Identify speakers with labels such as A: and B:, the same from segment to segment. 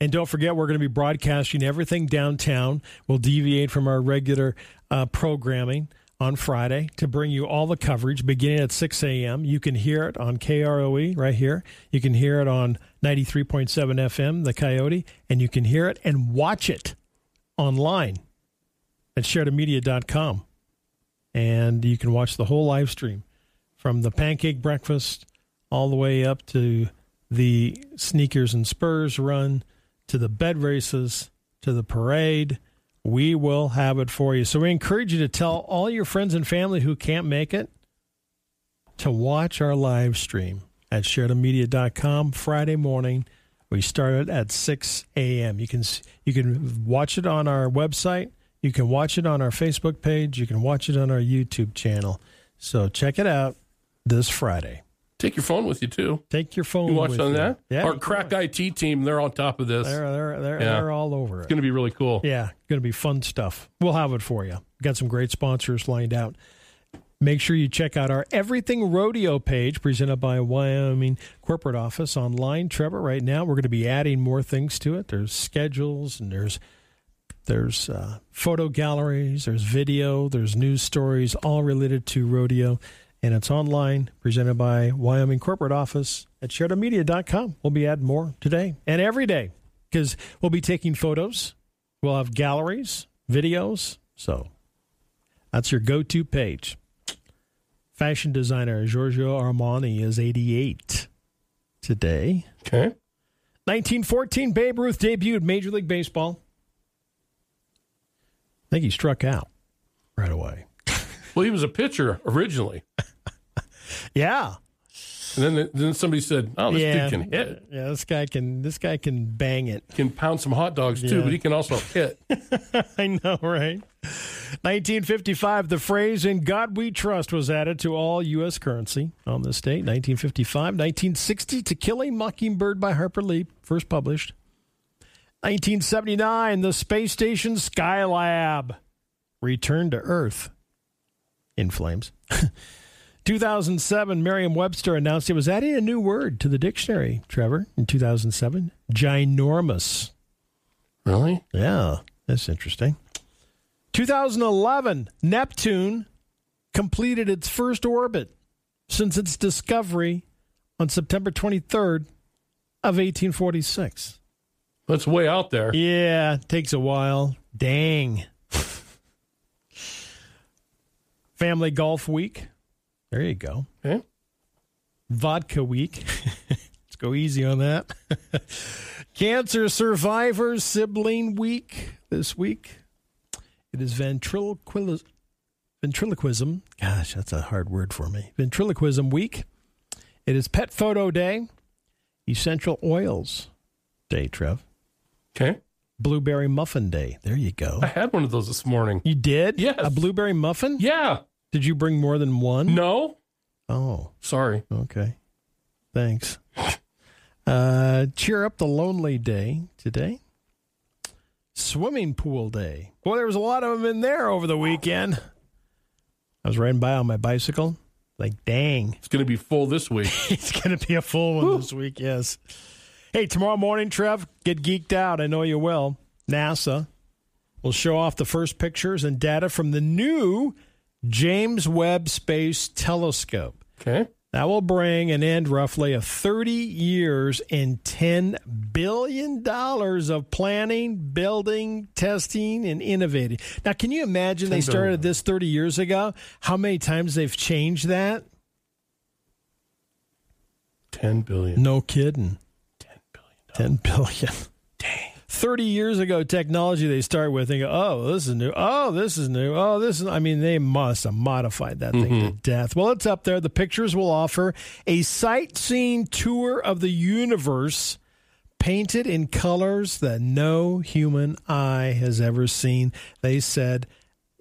A: And don't forget, we're going to be broadcasting everything downtown. We'll deviate from our regular uh, programming on Friday to bring you all the coverage beginning at 6 a.m. You can hear it on KROE E right here. You can hear it on 93.7 FM, The Coyote, and you can hear it and watch it online at sharedamedia.com. And you can watch the whole live stream from the pancake breakfast all the way up to the sneakers and spurs run to the bed races to the parade we will have it for you. So we encourage you to tell all your friends and family who can't make it to watch our live stream at sharedamedia.com Friday morning. We start it at 6 a.m. You can you can watch it on our website. You can watch it on our Facebook page. You can watch it on our YouTube channel. So check it out this Friday.
B: Take your phone with you too.
A: Take your phone.
B: You watch
A: with
B: on
A: you.
B: that?
A: Yeah,
B: Our
A: you
B: crack
A: can.
B: IT team, they're on top of this.
A: They're, they're, they're,
B: Yeah.
A: they're all over it.
B: It's going to be really cool.
A: Yeah, going to be fun stuff. We'll have it for you. Got some great sponsors lined out. Make sure you check out our Everything Rodeo page presented by Wyoming Corporate Office online. Trevor, right now we're going to be adding more things to it. There's schedules and there's there's uh, photo galleries, there's video, there's news stories, all related to rodeo, and it's online, presented by Wyoming Corporate Office at sharedomedia.com. We'll be adding more today and every day because we'll be taking photos. We'll have galleries, videos. So that's your go to page. Fashion designer Giorgio Armani is 88 today.
B: Okay.
A: 1914, Babe Ruth debuted Major League Baseball. I think he struck out right away.
B: Well, he was a pitcher originally,
A: Yeah.
B: and then then somebody said, "Oh, this
A: yeah.
B: dude can hit,
A: Yeah, this guy can this guy can bang it.
B: can pound some hot dogs too,
A: Yeah.
B: but he can also hit."
A: I know, right? 1955, the phrase "In God We Trust" was added to all U.S. currency on this date. 1955, 1960, "To Kill a Mockingbird" by Harper Lee, first published. 1979, the space station Skylab returned to Earth in flames. 2007, Merriam-Webster announced it was adding a new word to the dictionary. Trevor, in 2007, ginormous.
B: Really?
A: Yeah, that's interesting. 2011, Neptune completed its first orbit since its discovery on September 23rd of 1846.
B: That's way out there.
A: Yeah, takes a while. Dang. Family Golf Week. There you go
B: Okay.
A: vodka week. Let's go easy on that. Cancer survivor sibling week this week. It is ventriloquil- ventriloquism. Gosh, that's a hard word for me. Ventriloquism week. It is pet photo day. Essential oils day, Trev.
B: Okay.
A: Blueberry muffin day. There you go.
B: I had one of those this morning.
A: You did?
B: Yes.
A: A blueberry muffin?
B: Yeah.
A: Did you bring more than one?
B: No.
A: Oh.
B: Sorry.
A: Okay. Thanks. Uh, cheer up the lonely day today. Swimming pool day. Boy, there was a lot of them in there over the weekend. I was riding by on my bicycle. Like, dang,
B: It's going to be full this week.
A: it's going to be a full one this week. Yes. Hey, tomorrow morning, Trev, get geeked out. I know you will. NASA will show off the first pictures and data from the new James Webb Space Telescope.
B: Okay.
A: That will bring an end roughly of 30 years and $10 billion of planning, building, testing, and innovating. Now, can you imagine they
B: $10 billion.
A: started this 30 years ago? How many times they've changed that?
B: 10 billion.
A: No kidding. 10 billion.
B: Dang.
A: 30 years ago, technology they start with and go, oh, this is new. Oh, this is new. Oh, this is. I mean, they must have modified that thing
B: Mm-hmm.
A: to death. Well, it's up there. The pictures will offer a sightseeing tour of the universe painted in colors that no human eye has ever seen. They said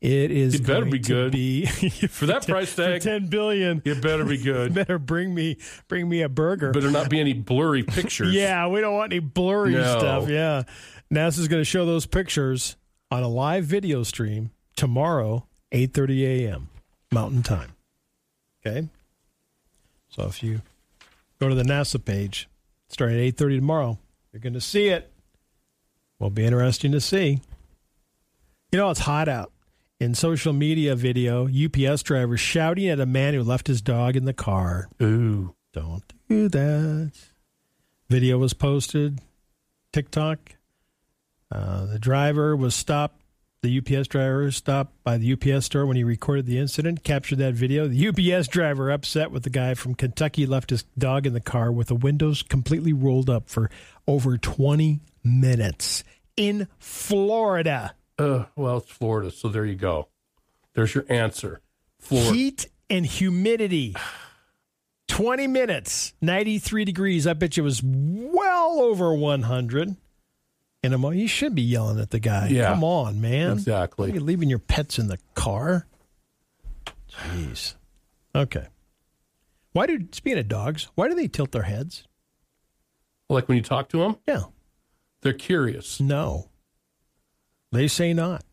A: it is
B: It better
A: going
B: be
A: to
B: good.
A: be-
B: For that price
A: for
B: tag,
A: 10 billion.
B: it better be good.
A: Better bring me bring me a burger.
B: Better not be any blurry pictures.
A: Yeah, we don't want any blurry
B: No.
A: stuff. Yeah. NASA's going to show those pictures on a live video stream tomorrow, 8:30 a.m. Mountain Time. Okay? So if you go to the NASA page starting at 8:30 tomorrow, you're going to see it. Will be interesting to see. You know, it's hot out. In social media video, UPS driver shouting at a man who left his dog in the car.
B: Ooh.
A: Don't do that. Video was posted. TikTok. Uh, the driver was stopped. The UPS driver stopped by the UPS store when he recorded the incident, captured that video. The UPS driver, upset with the guy from Kentucky, left his dog in the car with the windows completely rolled up for over 20 minutes in Florida.
B: Uh, well, it's Florida, so there you go. There's your answer. Florida.
A: Heat and humidity. 20 minutes, 93 degrees. I bet you it was well over 100. And I'm like, you should be yelling at the guy.
B: Yeah.
A: Come on, man.
B: Exactly.
A: You're leaving your pets in the car. Jeez. Okay. Why do, speaking of dogs, why do they tilt their heads?
B: Like when you talk to them,
A: Yeah.
B: they're curious.
A: No. They say not.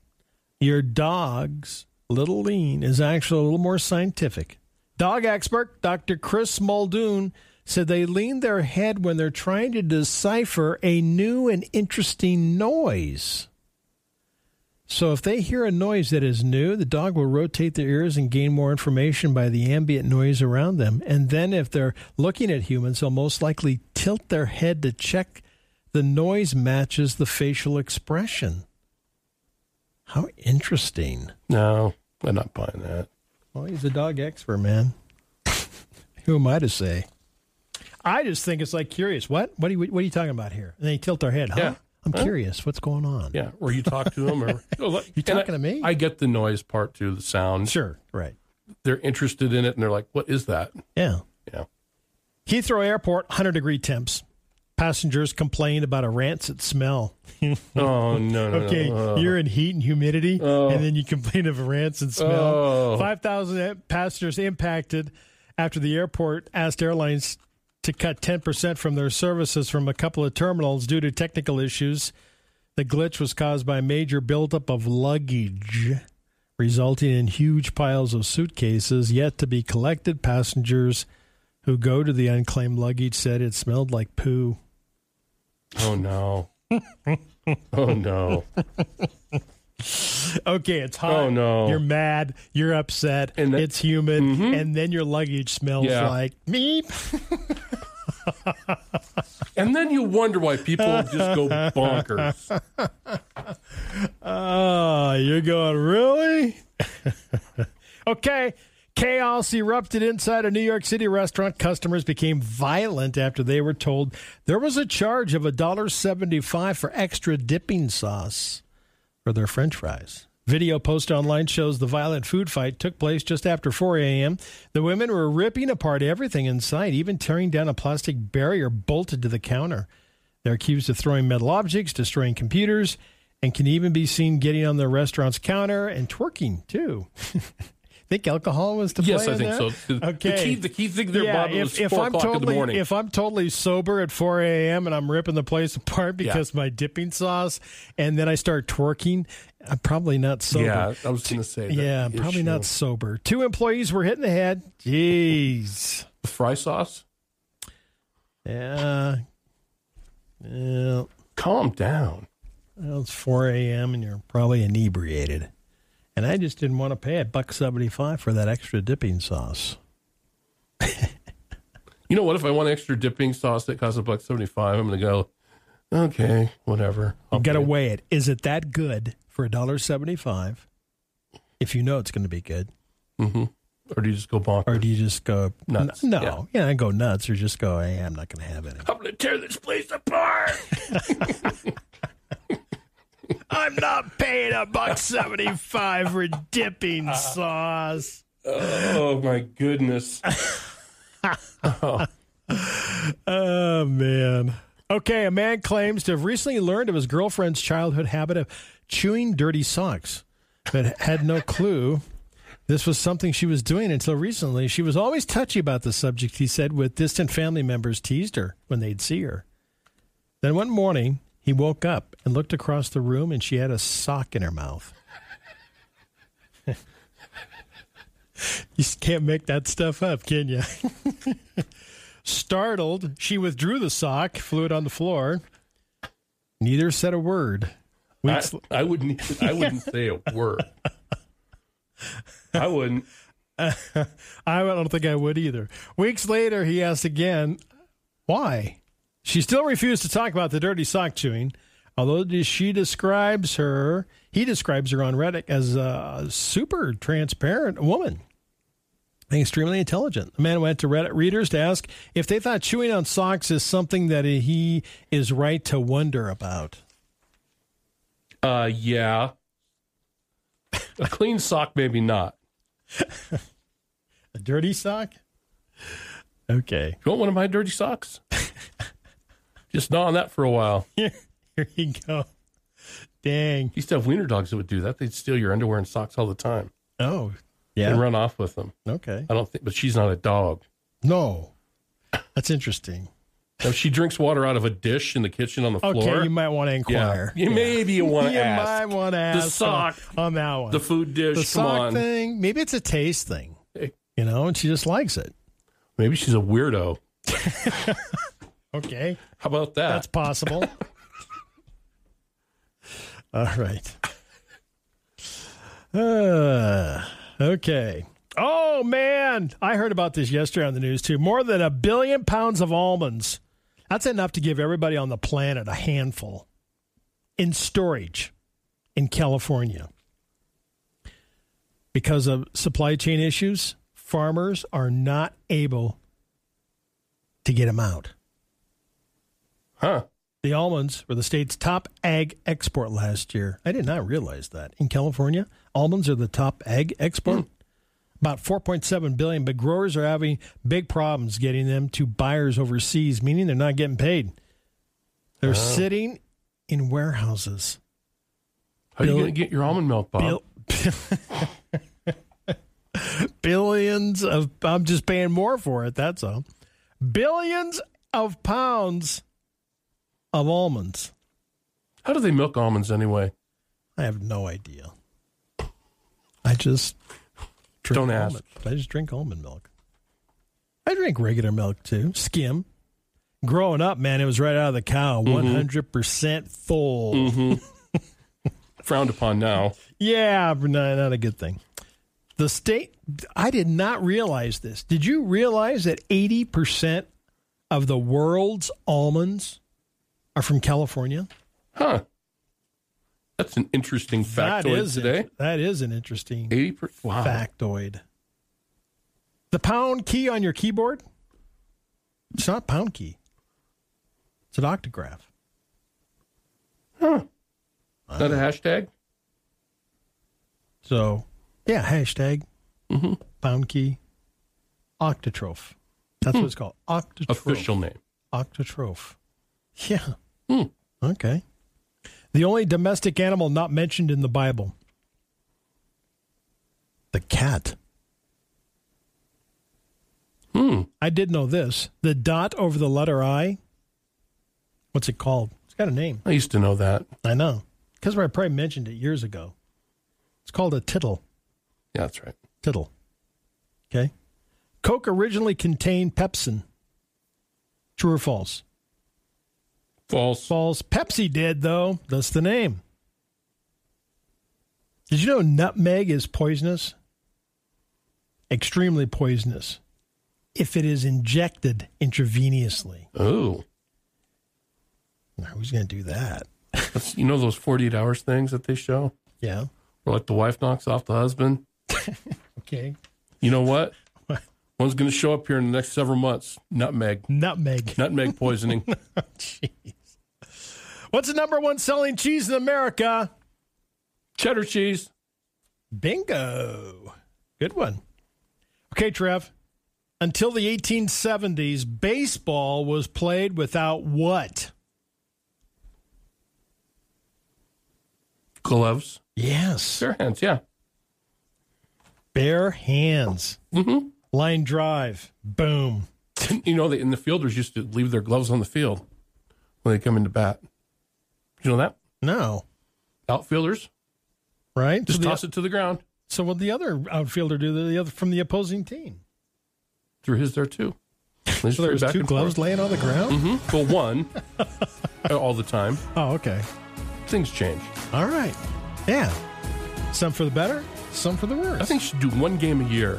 A: Your dog's little lean is actually a little more scientific. Dog expert Dr. Chris Muldoon said they lean their head when they're trying to decipher a new and interesting noise. So if they hear a noise that is new, the dog will rotate their ears and gain more information by the ambient noise around them. And then if they're looking at humans, they'll most likely tilt their head to check the noise matches the facial expression. How interesting.
B: No, I'm not buying that.
A: Well, he's a dog expert, man. Who am I to say? I just think it's like curious. What? What are you, what are you talking about here? And they tilt their head, huh?
B: Yeah.
A: I'm
B: Huh?
A: curious. What's going on?
B: Yeah, or you talk to them, or
A: You talking to me?
B: I get the noise part too, the sound.
A: Sure. Right.
B: They're interested in it, and they're like, "What is that?"
A: Yeah.
B: Yeah,
A: Heathrow Airport, 100 degree temps. Passengers complained about a rancid smell.
B: Oh no, no,
A: Okay,
B: no.
A: you're in heat and humidity,
B: Oh.
A: and then you complain of a rancid smell.
B: Oh.
A: 5,000 passengers impacted after the airport asked airlines to cut 10% from their services from a couple of terminals due to technical issues. The glitch was caused by major buildup of luggage, resulting in huge piles of suitcases yet to be collected. Passengers who go to the unclaimed luggage said it smelled like poo.
B: oh no, oh no,
A: Okay, it's hot.
B: Oh, no.
A: You're mad. You're upset.
B: And that-
A: it's humid, and then your luggage smells
B: Yeah.
A: like meep.
B: and then you wonder why people just go bonkers.
A: Oh, you're going really? okay. Chaos erupted inside a New York City restaurant. Customers became violent after they were told there was a charge of $1.75 for extra dipping sauce for their french fries. Video posted online shows the violent food fight took place just after 4 a.m. The women were ripping apart everything in sight, even tearing down a plastic barrier bolted to the counter. They're accused of throwing metal objects, destroying computers, and can even be seen getting on the restaurant's counter and twerking too. think alcohol was to
B: Yes,
A: play
B: I
A: in
B: think
A: that?
B: so. The- the
A: Okay.
B: key- the key thing there, Bob, it was
A: if
B: 4
A: I'm
B: o'clock in the
A: totally,
B: morning.
A: If I'm totally sober at 4 a.m. and I'm ripping the place apart because my dipping sauce, and then I start twerking, I'm probably not sober.
B: Yeah, I was going to say. That
A: Yeah, I'm
B: The
A: probably
B: issue-
A: not sober. Two employees were hit in the head. Jeez.
B: The fry sauce.
A: Yeah. Yeah.
B: Calm down.
A: Well, it's 4 a.m. and you're probably inebriated. And I just didn't want to pay a buck 75 for that extra dipping sauce.
B: You know what? If I want extra dipping sauce that costs a buck seventy five, I'm going to go. Okay, whatever. I'll
A: Got to
B: pay it."
A: weigh it. Is it that good for $1.75 if you know it's going to be good?
B: or do you just go bonkers?
A: Or do you just go
B: Nuts,
A: N- No, yeah, I go nuts or just go, hey, I'm not going to have any.
B: I'm going to tear this place apart.
A: I'm not paying a buck 75 for dipping sauce.
B: oh my goodness.
A: Oh, man. Okay, a man claims to have recently learned of his girlfriend's childhood habit of chewing dirty socks, but had no clue this was something she was doing until recently. She was always touchy about the subject, he said, with distant family members teased her when they'd see her. Then one morning, he woke up and looked across the room, and she had a sock in her mouth. you just can't make that stuff up, can you? Startled, she withdrew the sock, flew it on the floor. Neither said a word.
B: I,
A: Weeks,
B: I wouldn't. e, I wouldn't say a word. I wouldn't.
A: I don't think I would either. Weeks later, he asked again, why? She still refused to talk about the dirty sock chewing, although she describes her, he describes her on Reddit as a super transparent woman. and Extremely intelligent. The man went to Reddit readers to ask if they thought chewing on socks is something that he is right to wonder about.
B: Uh, yeah. A clean sock, maybe not.
A: A dirty sock? Okay.
B: You want one of my dirty socks? Just gnaw on that for a while.
A: Here, here you go. Dang.
B: You used to have wiener dogs that would do that. They'd steal your underwear and socks all the time
A: Oh,
B: and
A: yeah.
B: run off with them.
A: Okay.
B: I don't think, but she's not a dog.
A: No. That's interesting.
B: Now, if she drinks water out of a dish in the kitchen on the
A: Okay,
B: floor,
A: you might want to
B: yeah,
A: inquire.
B: you maybe you want
A: You
B: to ask
A: might want to ask
B: sock.
A: on, on that one.
B: the food dish.
A: The
B: come
A: sock
B: on,
A: thing. Maybe it's a taste thing,
B: Hey.
A: you know, and she just likes it.
B: maybe she's a weirdo.
A: Okay,
B: How about that?
A: that's possible. All right. Uh, okay. Oh man, I heard about this yesterday on the news too. More than a billion pounds of almonds. That's enough to give everybody on the planet a handful in storage in California. Because of supply chain issues, farmers are not able to get them out.
B: huh?
A: The almonds were the state's top ag export last year. I did not realize that. In California, almonds are the top ag export. About 4.7 billion, but growers are having big problems getting them to buyers overseas, meaning they're not getting paid. They're sitting in warehouses.
B: How are you
A: Bill-
B: going to get your almond milk, Bob?
A: Bill- billions of I'm just paying more for it, that's all. Billions of pounds of almonds.
B: How do they milk almonds anyway?
A: I have no idea. I just drink
B: Don't ask.
A: almond- I just drink almond milk. I drink regular milk too, skim. Growing up, man, it was right out of the cow,
B: Mm-hmm.
A: one hundred percent full.
B: Frowned upon now.
A: Yeah, but not, not a good thing. The state, I did not realize this. Did you realize that eighty percent of the world's almonds are from California?
B: Huh. That's an interesting
A: That
B: factoid
A: is
B: today.
A: that is an interesting
B: 80%. Wow.
A: factoid. The pound key on your keyboard? It's not pound key. It's an octograph.
B: Is that a hashtag?
A: So, yeah, hashtag
B: Mm-hmm.
A: pound key octotroph. That's what it's called. Octotroph.
B: Hmm. Official name.
A: Octotroph. Yeah.
B: Hmm.
A: Okay. The only domestic animal not mentioned in the Bible. The cat.
B: Hmm.
A: I did know this. The dot over the letter I. What's it called? It's got a name.
B: I used to know that.
A: I know. Because I probably mentioned it years ago. It's called a tittle.
B: Yeah, that's right.
A: Tittle. Okay. Coke originally contained pepsin. True or false?
B: False.
A: False. Pepsi did, though. That's the name. Did you know nutmeg is poisonous? Extremely poisonous if it is injected intravenously.
B: Oh,
A: Now, Who's going to do that?
B: that's, you know those 48 hours things that they show
A: Yeah.
B: where like the wife knocks off the husband?
A: Okay.
B: You know what?
A: What?
B: One's going to show up here in the next several months. Nutmeg.
A: Nutmeg.
B: Nutmeg poisoning.
A: What's the number one selling cheese in America?
B: Cheddar cheese.
A: Bingo. Good one. Okay, Trev. Until the 1870s, baseball was played without what?
B: Gloves.
A: Yes.
B: Bare hands. Yeah.
A: Bare hands.
B: Mm-hmm.
A: Line drive. Boom.
B: You know, they, and the fielders used to leave their gloves on the field when they come into bat. You know that?
A: No.
B: Outfielders
A: Right?
B: just
A: so,
B: toss
A: the,
B: it to the ground.
A: so what the other outfielder do the other from the opposing team?
B: Threw his there too.
A: So there's two gloves laying on the ground?
B: hmm Well, Mm-hmm. one. all the time.
A: Oh, okay.
B: Things change.
A: All right. Yeah. Some for the better, some for the worse.
B: I think you should do one game a year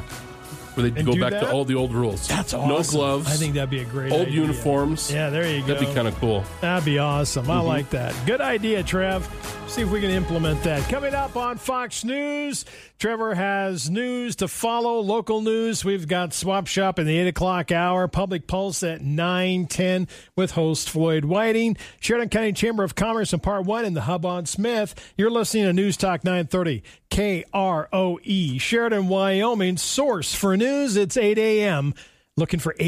B: where they
A: And
B: go
A: do
B: back to
A: that?
B: all the old rules.
A: that's awesome.
B: No gloves.
A: I think that'd be a great
B: old
A: idea.
B: uniforms.
A: Yeah, there you go.
B: That'd be kind of cool.
A: That'd be awesome. I like that. Good idea, Trev. See if we can implement that. Coming up on Fox News, Trevor has news to follow, local news. We've got Swap Shop in the 8 o'clock hour, Public Pulse at 9.10 with host Floyd Whiting, Sheridan County Chamber of Commerce in Part 1 and the Hub on Smith. You're listening to News Talk 930 E. KROE, Sheridan, Wyoming, source for news. It's 8 a.m. Looking for 8